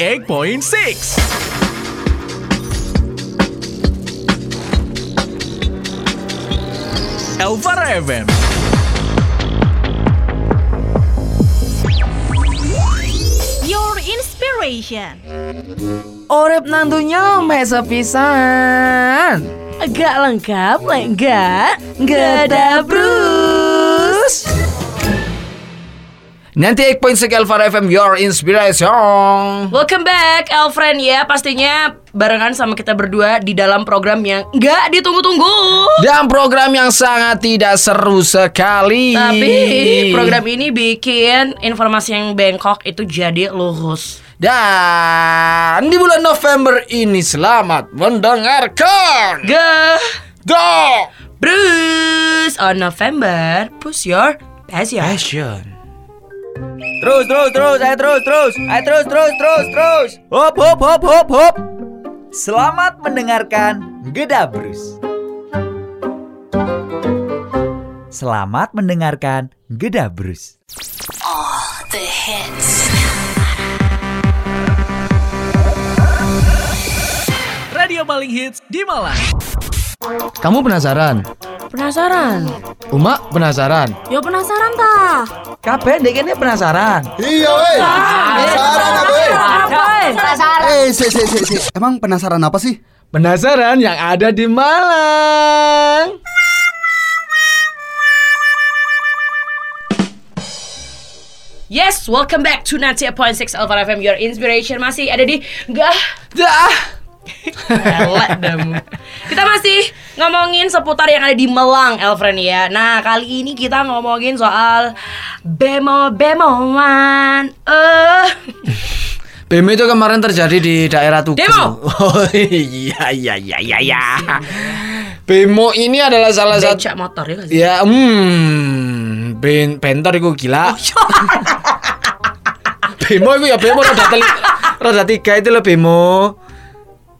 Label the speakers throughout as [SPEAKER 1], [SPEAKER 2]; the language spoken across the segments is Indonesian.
[SPEAKER 1] 98.6 Elvara FM
[SPEAKER 2] Your inspiration.
[SPEAKER 3] Orep nantunya mesa pisan.
[SPEAKER 2] Agak lengkap, lek enggak?
[SPEAKER 3] Gada Bruce. Nanti ik poin sekali Alpha FM your inspiration.
[SPEAKER 4] Welcome back, Elfriend ya. Pastinya barengan sama kita berdua di dalam program yang nggak ditunggu-tunggu.
[SPEAKER 3] Dan program yang sangat tidak seru sekali.
[SPEAKER 4] Tapi program ini bikin informasi yang bengkok itu jadi lurus.
[SPEAKER 3] dan di bulan November ini selamat mendengarkan.
[SPEAKER 4] Gah,
[SPEAKER 3] The
[SPEAKER 4] Bruce on Oh, November, push your passion.
[SPEAKER 3] Passion.
[SPEAKER 5] Terus, terus, terus, ayo terus, terus, ayo terus, terus, terus, terus. Hop, hop, hop, hop, hop. Selamat mendengarkan Gedabrus. Selamat mendengarkan Gedabrus.
[SPEAKER 1] Radio paling hits di Malang
[SPEAKER 3] Kamu penasaran?
[SPEAKER 2] Penasaran?
[SPEAKER 3] Uma penasaran?
[SPEAKER 2] Yo penasaran ta?
[SPEAKER 5] Kabeh dek ini penasaran.
[SPEAKER 6] Iya weh. Penasaran apa weh?
[SPEAKER 2] Ah, Penasaran.
[SPEAKER 6] Eh, si, si, si, si. Emang penasaran apa sih?
[SPEAKER 3] Penasaran yang ada di Malang.
[SPEAKER 4] Yes, welcome back to 98.6 Alpha FM, your inspiration. Masih ada di Gah,
[SPEAKER 3] Dah.
[SPEAKER 4] Elek damu. Kita masih ngomongin seputar yang ada di Melang, Elfren ya. Nah, kali ini kita ngomongin soal bemo-bemoan. Eh,
[SPEAKER 3] BEM itu kemarin terjadi di daerah Tugu.
[SPEAKER 4] Demo!
[SPEAKER 3] Oh iya iya iya iya iya. Bemo ini adalah salah satu
[SPEAKER 4] becak motor ya. nggak sih?
[SPEAKER 3] ya hmm ben bentor iku
[SPEAKER 4] Oh,
[SPEAKER 3] gila.
[SPEAKER 4] iya.
[SPEAKER 3] bemo itu ya bemo roda telu. roda tiga itu loh bemo.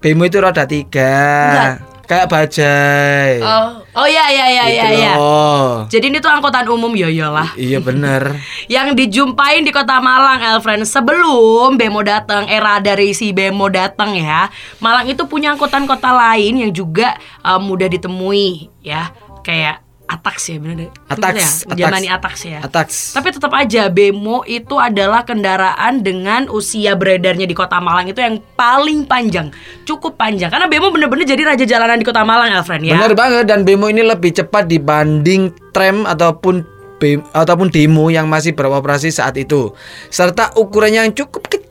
[SPEAKER 3] Bemo itu roda tiga.
[SPEAKER 4] Enggak.
[SPEAKER 3] Kayak bajai.
[SPEAKER 4] Oh, oh ya ya ya
[SPEAKER 3] Gitu
[SPEAKER 4] ya ya.
[SPEAKER 3] loh.
[SPEAKER 4] Jadi ini tuh angkutan umum ya, yoyolah
[SPEAKER 3] Iya bener
[SPEAKER 4] Yang dijumpain di kota Malang, Elfren Sebelum Bemo datang, era dari si Bemo datang ya Malang itu punya angkutan kota lain yang juga eh, mudah ditemui ya Kayak Atax ya bener deh
[SPEAKER 3] Atax, Atax.
[SPEAKER 4] Jamani Atax ya
[SPEAKER 3] Atax.
[SPEAKER 4] Tapi tetap aja Bemo itu adalah kendaraan dengan usia beredarnya di kota Malang itu yang paling panjang Cukup panjang Karena Bemo bener-bener jadi raja jalanan di kota Malang Elfren ya
[SPEAKER 3] Bener banget dan bemo ini lebih cepat dibanding tram ataupun bem- ataupun demo yang masih beroperasi saat itu serta ukurannya yang cukup kecil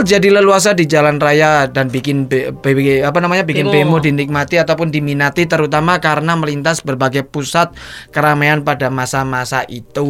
[SPEAKER 3] jadi leluasa di jalan raya dan bikin be- be- apa namanya bikin
[SPEAKER 4] Bemo.
[SPEAKER 3] bemo dinikmati ataupun diminati terutama karena melintas berbagai pusat keramaian pada masa-masa itu.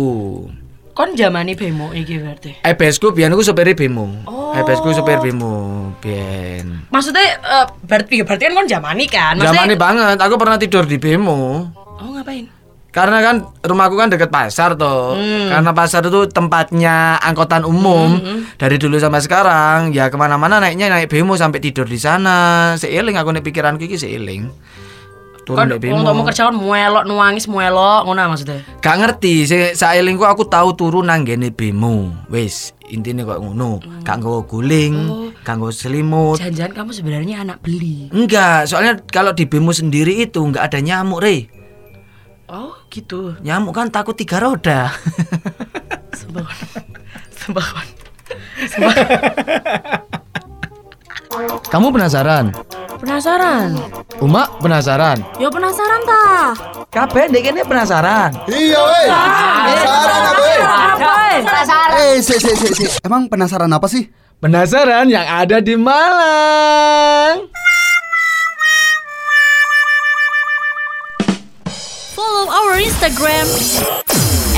[SPEAKER 4] Kon jamani Bemo ini berarti
[SPEAKER 3] Ebesku biyen aku sopir bemo. Ebesku sopir bemo biyen.
[SPEAKER 4] Maksudnya eh, berarti ya berarti kan kon jamani kan?
[SPEAKER 3] Zamane banget aku pernah tidur di bemo.
[SPEAKER 4] Oh ngapain?
[SPEAKER 3] Karena kan rumahku kan deket pasar tuh.
[SPEAKER 4] Hmm.
[SPEAKER 3] Karena pasar itu tempatnya angkutan umum
[SPEAKER 4] hmm.
[SPEAKER 3] dari dulu sampai sekarang. Ya kemana-mana naiknya naik bemo sampai tidur di sana. Seiling aku nih pikiranku ini seiling. Turun
[SPEAKER 4] Kon
[SPEAKER 3] naik
[SPEAKER 4] wong tuamu
[SPEAKER 3] bemo.
[SPEAKER 4] kerja kon muelok nuangis muelok ngono ah, maksudnya.
[SPEAKER 3] Gak ngerti. Se- Sailingku aku tahu turun nanggene bemo. Wis intinya kok ngono.
[SPEAKER 4] Hmm.
[SPEAKER 3] Gak nggawa guling,
[SPEAKER 4] Oh.
[SPEAKER 3] gak nggawa selimut.
[SPEAKER 4] Jangan-jangan kamu sebenarnya anak beli.
[SPEAKER 3] Enggak, soalnya kalau di bemo sendiri itu nggak ada nyamuk, Re.
[SPEAKER 4] Oh gitu.
[SPEAKER 3] Nyamuk kan takut tiga roda.
[SPEAKER 4] Sembahwan. Sembahwan.
[SPEAKER 3] Kamu penasaran?
[SPEAKER 2] Penasaran?
[SPEAKER 3] Uma penasaran?
[SPEAKER 2] Yo penasaran ta?
[SPEAKER 5] Kabeh dek ini penasaran.
[SPEAKER 6] Iya weh. Penasaran apa
[SPEAKER 4] Eh,
[SPEAKER 6] weh?
[SPEAKER 2] Penasaran.
[SPEAKER 6] Eh, si, si, si, si. Emang penasaran apa sih?
[SPEAKER 3] Penasaran yang ada di Malang?
[SPEAKER 2] Follow our Instagram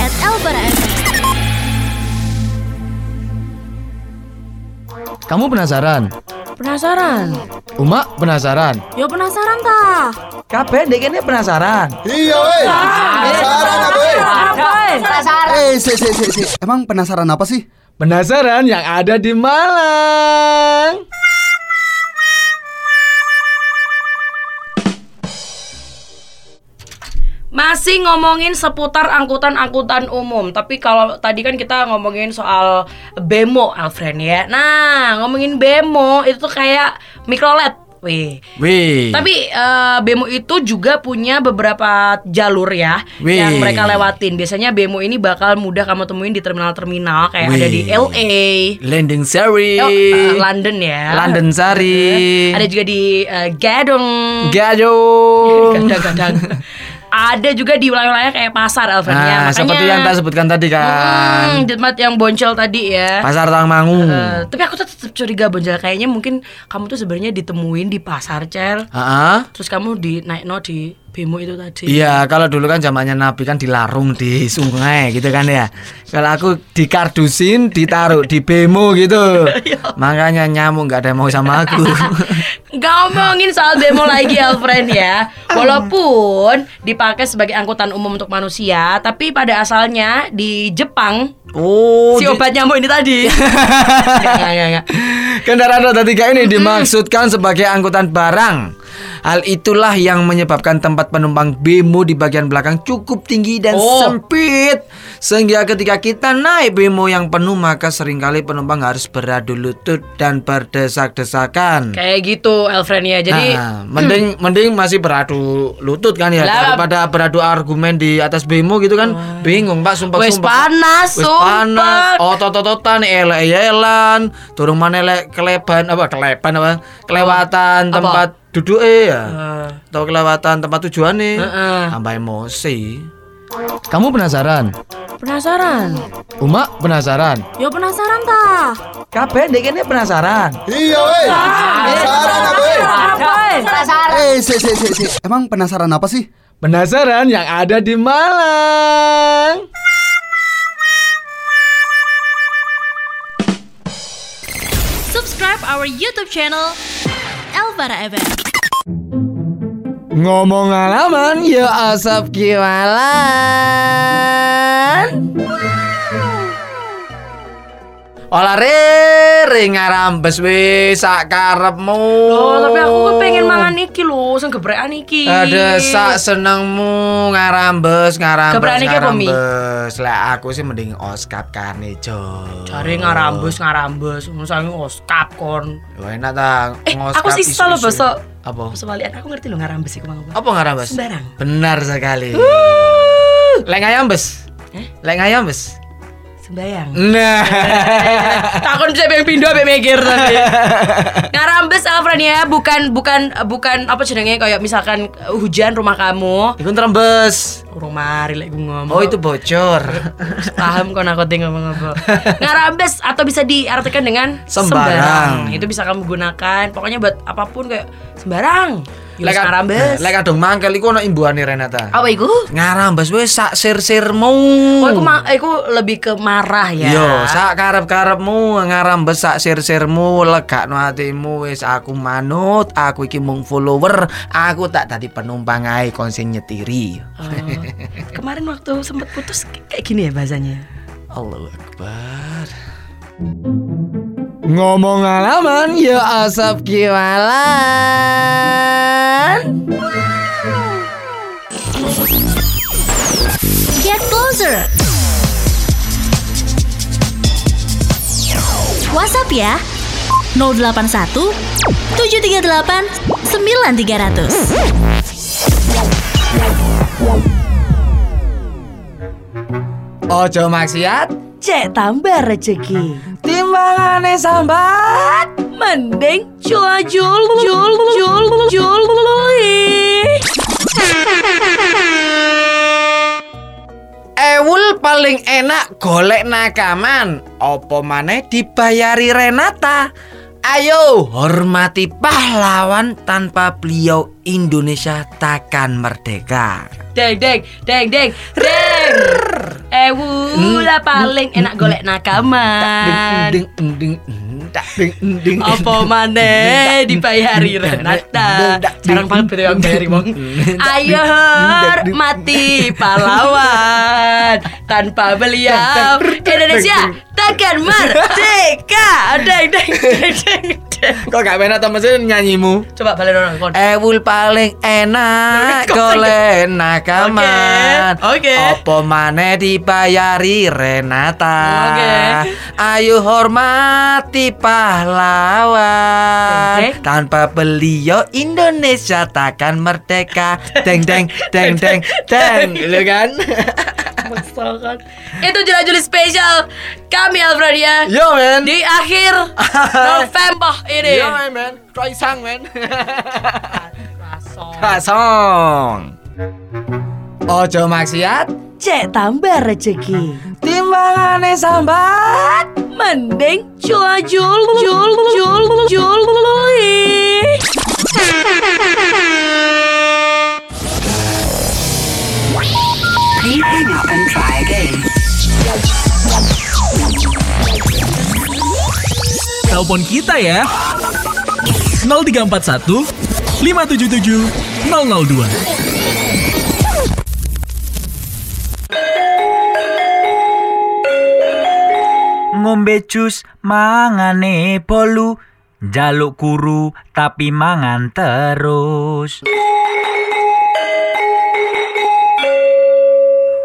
[SPEAKER 2] at
[SPEAKER 3] Kamu penasaran?
[SPEAKER 2] Penasaran?
[SPEAKER 3] Uma penasaran?
[SPEAKER 2] Yo penasaran ta?
[SPEAKER 5] Kabeh dek ini penasaran.
[SPEAKER 6] Iya weh. Penasaran apa weh? Eh, si, si, si, si. Emang penasaran apa sih?
[SPEAKER 3] Penasaran yang ada di Malang?
[SPEAKER 4] Masih ngomongin seputar angkutan-angkutan umum, tapi kalau tadi kan kita ngomongin soal bemo, Alfred ya. Nah, ngomongin bemo itu tuh kayak mikrolet. Wih.
[SPEAKER 3] Wih.
[SPEAKER 4] Tapi eh, bemo itu juga punya beberapa jalur ya
[SPEAKER 3] Wih.
[SPEAKER 4] yang mereka lewatin. Biasanya bemo ini bakal mudah kamu temuin di terminal-terminal kayak ada di
[SPEAKER 3] Wih.
[SPEAKER 4] LA,
[SPEAKER 3] Landing Sari.
[SPEAKER 4] oh, eh, London ya.
[SPEAKER 3] London Sari.
[SPEAKER 4] Ada juga di eh, Gadong.
[SPEAKER 3] Gadung.
[SPEAKER 4] Gadang-gadang. Ada juga di wilayah-wilayah kayak pasar Alfred ya.
[SPEAKER 3] Nah,
[SPEAKER 4] Makanya-
[SPEAKER 3] seperti yang kita sebutkan tadi kan.
[SPEAKER 4] Hmm, di tempat yang boncel tadi ya.
[SPEAKER 3] Pasar Tangmangu.
[SPEAKER 4] Eh, tapi aku tuh tetap curiga boncel kayaknya mungkin kamu tuh sebenarnya ditemuin di pasar Cel.
[SPEAKER 3] Heeh.
[SPEAKER 4] Terus kamu di naik no di bemo itu tadi.
[SPEAKER 3] ah. Iya, kalau dulu kan zamannya Nabi kan dilarung di sungai gitu kan ya. Kalau aku dikardusin, ditaruh di bemo gitu.
[SPEAKER 4] Iya.
[SPEAKER 3] Makanya nyamuk nggak ada yang mau sama aku.
[SPEAKER 4] Nggak ngomongin soal bemo lagi Alfred ya Walaupun dipakai sebagai angkutan umum untuk manusia Tapi pada asalnya di Jepang
[SPEAKER 3] oh,
[SPEAKER 4] Si
[SPEAKER 3] di-
[SPEAKER 4] obat nyamuk ini tadi Nggak, nggak, nggak.
[SPEAKER 3] Kendaraan roda tiga ini dimaksudkan sebagai angkutan barang. Hal itulah yang menyebabkan tempat penumpang bemo di bagian belakang cukup tinggi dan
[SPEAKER 4] Oh.
[SPEAKER 3] sempit. Sehingga ketika kita naik bemo yang penuh maka seringkali penumpang harus beradu lutut dan berdesak-desakan.
[SPEAKER 4] Kayak gitu Alfred ya Jadi
[SPEAKER 3] Nah, mending mending masih beradu lutut kan
[SPEAKER 4] Lah,
[SPEAKER 3] ya
[SPEAKER 4] Oh.
[SPEAKER 3] daripada beradu argumen di atas bemo gitu kan bingung pak sumpah
[SPEAKER 4] Wes
[SPEAKER 3] sumpah
[SPEAKER 4] panas,
[SPEAKER 3] Wes
[SPEAKER 4] sumpah.
[SPEAKER 3] panas Oh. otot-ototan elek-elekan turun mana elek keleban apa keleban apa kelewatan
[SPEAKER 4] Apa?
[SPEAKER 3] tempat duduk eh ya
[SPEAKER 4] eh,
[SPEAKER 3] atau kelewatan tempat tujuan nih
[SPEAKER 4] Heeh.
[SPEAKER 3] tambah emosi kamu penasaran
[SPEAKER 2] Penasaran?
[SPEAKER 3] Uma penasaran
[SPEAKER 2] Yo penasaran ta?
[SPEAKER 3] kabeh dek ini penasaran
[SPEAKER 6] Iya weh. Penasaran apa weh?
[SPEAKER 2] Penasaran?
[SPEAKER 6] Eh, si, si, si, si. Emang penasaran apa sih?
[SPEAKER 3] Penasaran yang ada di Malang.
[SPEAKER 2] Subscribe our YouTube channel Elvara FM.
[SPEAKER 3] Ngomong halaman, ya asap kiwalan. Olah rere ngarambes wis sak karepmu.
[SPEAKER 4] Loh, Oh, tapi aku kepengen mangan iki loh, sing gebrekan iki.
[SPEAKER 3] Ada sak senengmu ngarambes ngarambes
[SPEAKER 4] Keberani ke apa, Mi?
[SPEAKER 3] ngarambes. Lah aku sih mending Oscar Carnejo.
[SPEAKER 4] Cari ngarambus ngarambus, misalnya oskap kon.
[SPEAKER 3] Wah enak ta.
[SPEAKER 4] Eh,
[SPEAKER 3] ngoskap
[SPEAKER 4] aku sih
[SPEAKER 3] isu-isu.
[SPEAKER 4] salah bahasa.
[SPEAKER 3] Apa?
[SPEAKER 4] Sebalian aku ngerti loh ngarambus iku mang apa.
[SPEAKER 3] Apa ngarambes?
[SPEAKER 4] Sembarang.
[SPEAKER 3] Benar sekali. Lek ngayambes.
[SPEAKER 4] Eh?
[SPEAKER 3] Lek ngayambes.
[SPEAKER 4] Sembayang.
[SPEAKER 3] Nah.
[SPEAKER 4] Takon bisa yang pindah yang mikir Nah, tadi. Ngarambes Alfred ya, bukan bukan bukan apa jenenge kayak misalkan eh, hujan rumah kamu.
[SPEAKER 3] Iku nrembes.
[SPEAKER 4] Rumah rilek gue ngomong.
[SPEAKER 3] Oh itu bocor.
[SPEAKER 4] paham kok aku tinggal ngomong apa. Ngarambes atau bisa diartikan dengan
[SPEAKER 3] Sembarang.
[SPEAKER 4] Itu bisa kamu gunakan. Pokoknya buat apapun kayak sembarang. Yus
[SPEAKER 3] Lek-
[SPEAKER 4] ngarambes.
[SPEAKER 3] Lek kadung mangkel iku ono imbuhane Renata.
[SPEAKER 4] apa iku?
[SPEAKER 3] Ngarambes wis sak sir-sirmu.
[SPEAKER 4] Oh, iku, ma- iku lebih ke marah ya.
[SPEAKER 3] Yo, sak karep-karepmu ngarambes sak sir-sirmu legakno atimu wis aku manut, aku iki mung follower, aku tak dadi penumpang ae kon sing nyetiri.
[SPEAKER 4] Oh. Kemarin waktu sempet putus kayak gini ya bahasanya.
[SPEAKER 3] Allahu Akbar. Ngomong alaman ya asap kiwalan.
[SPEAKER 2] Get closer. WhatsApp ya. 081 738 9300.
[SPEAKER 3] Ojo maksiat,
[SPEAKER 4] Cek tambah rezeki.
[SPEAKER 3] timbangane sambat.
[SPEAKER 4] Mending cula jul jul jul jul
[SPEAKER 3] Ewul paling enak golek nakaman. Opo maneh dibayari Renata. Ayo hormati pahlawan tanpa beliau Indonesia takkan merdeka.
[SPEAKER 4] Deng deng deng deng deng. Ewula paling enak golek nakaman.
[SPEAKER 3] Ding ding ding ding dak, ding ding.
[SPEAKER 4] Apa maneh dibayari Renata Jarang banget beda yang bayari wong Ayo hormati pahlawan Tanpa beliau Indonesia takkan merdeka Deng deng deng deng
[SPEAKER 3] Kok gak enak temen sih nyanyimu?
[SPEAKER 4] Coba balik orang kon.
[SPEAKER 3] Ewul paling enak
[SPEAKER 4] Kok
[SPEAKER 3] kolena kaman
[SPEAKER 4] Oke, oke.
[SPEAKER 3] Opo maneh dibayari Renata
[SPEAKER 4] Oke.
[SPEAKER 3] Ayo hormati pahlawan
[SPEAKER 4] Deng, deng.
[SPEAKER 3] Tanpa beliau Indonesia takkan merdeka Deng deng deng deng deng Lu kan?
[SPEAKER 4] Masakan. Itu Juli Juli spesial kami Alfredia
[SPEAKER 3] Yo men
[SPEAKER 4] di akhir November ini.
[SPEAKER 3] Yo men Troy Sang men Pasong Ojo maksiat
[SPEAKER 4] Cek tambah rezeki.
[SPEAKER 3] Timbangane sambat
[SPEAKER 4] Mending cula jul jul jul jul juli.
[SPEAKER 1] Telepon kita ya. 0341 577 002.
[SPEAKER 5] ngombe jus mangane bolu jaluk kuru tapi mangan terus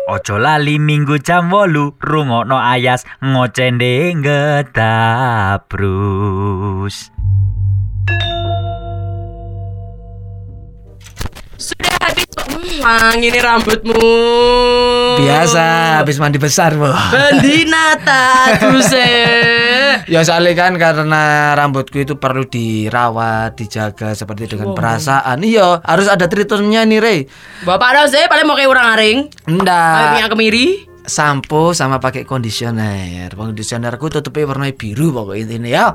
[SPEAKER 5] Ojo lali minggu jam wolu rungokno ayas ngocendeng gedabrus
[SPEAKER 4] Sudah habis memang ini rambutmu.
[SPEAKER 3] Biasa habis mandi besar bu
[SPEAKER 4] Pendinata Duse.
[SPEAKER 3] Ya soalnya kan karena rambutku itu perlu dirawat, dijaga seperti dengan perasaan Iya harus ada treatmentnya nih Rey
[SPEAKER 4] Bapak ada sih paling mau kayak orang aring. Kayak minyak
[SPEAKER 3] Ndak
[SPEAKER 4] kemiri.
[SPEAKER 3] Sampo sama pakai kondisioner Kondisionerku tutupi warna biru pokoknya intinya ya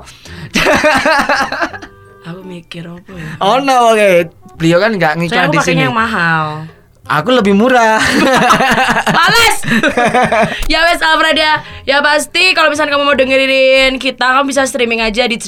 [SPEAKER 3] Ah.
[SPEAKER 4] Aku mikir apa ya?
[SPEAKER 3] Oh no oke Beliau kan nggak
[SPEAKER 4] Saya
[SPEAKER 3] ngiklan
[SPEAKER 4] aku
[SPEAKER 3] di sini
[SPEAKER 4] pakainya yang mahal.
[SPEAKER 3] Aku lebih murah
[SPEAKER 4] Males Ya wes Alfredia Ya pasti kalau misalnya kamu mau dengerin kita Kamu bisa streaming aja di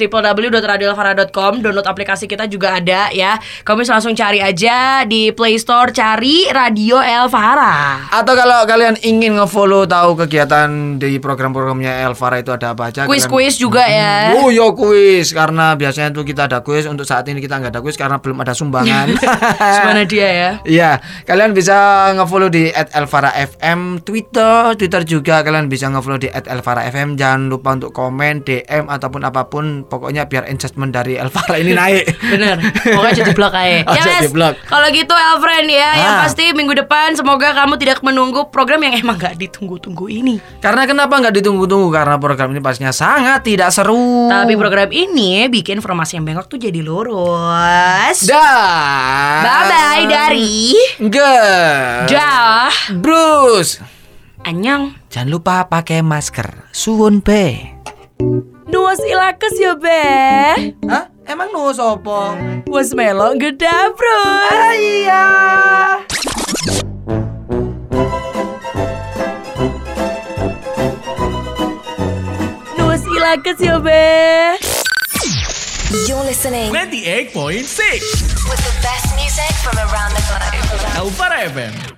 [SPEAKER 4] www.radioalvara.com Download aplikasi kita juga ada ya Kamu bisa langsung cari aja di Play Store Cari Radio Elvara
[SPEAKER 3] Atau kalau kalian ingin ngefollow tahu kegiatan di program-programnya Elvara itu ada apa aja kalian-
[SPEAKER 4] Kuis-kuis juga ya
[SPEAKER 3] Oh ya kuis karena biasanya tuh kita ada kuis untuk saat ini kita nggak ada kuis karena belum ada sumbangan.
[SPEAKER 4] Gimana dia ya
[SPEAKER 3] Iya, kalian bisa ngefollow di @elvara_fm Twitter, Twitter juga kalian bisa ngefollow di @elvara_fm. Jangan lupa untuk komen, DM ataupun apapun, pokoknya biar engagement dari Elvara ini naik.
[SPEAKER 4] Bener Pokoknya jadi blok aja
[SPEAKER 3] Oh,
[SPEAKER 4] Ya
[SPEAKER 3] jadi
[SPEAKER 4] wes
[SPEAKER 3] blok.
[SPEAKER 4] Kalau gitu Elfriend ya Yang
[SPEAKER 3] Ah.
[SPEAKER 4] pasti minggu depan Semoga kamu tidak menunggu program yang emang gak ditunggu-tunggu ini
[SPEAKER 3] Karena kenapa nggak ditunggu-tunggu? Karena program ini pastinya sangat tidak seru.
[SPEAKER 4] Tapi program ini bikin formasi yang bengkok tuh jadi lurus.
[SPEAKER 3] Dah.
[SPEAKER 4] Bye bye dari
[SPEAKER 3] Nggak.
[SPEAKER 4] Dah.
[SPEAKER 3] Bruce.
[SPEAKER 4] Anyang.
[SPEAKER 3] Jangan lupa pakai masker. Suwun be.
[SPEAKER 4] Nuas ilakes ya be.
[SPEAKER 3] Hah? Emang nu sopo?
[SPEAKER 4] Was melok gede bro. Nuas ilakes ya be.
[SPEAKER 7] You're listening
[SPEAKER 1] 98.6
[SPEAKER 7] with the best music from around the globe.
[SPEAKER 1] Elvara FM.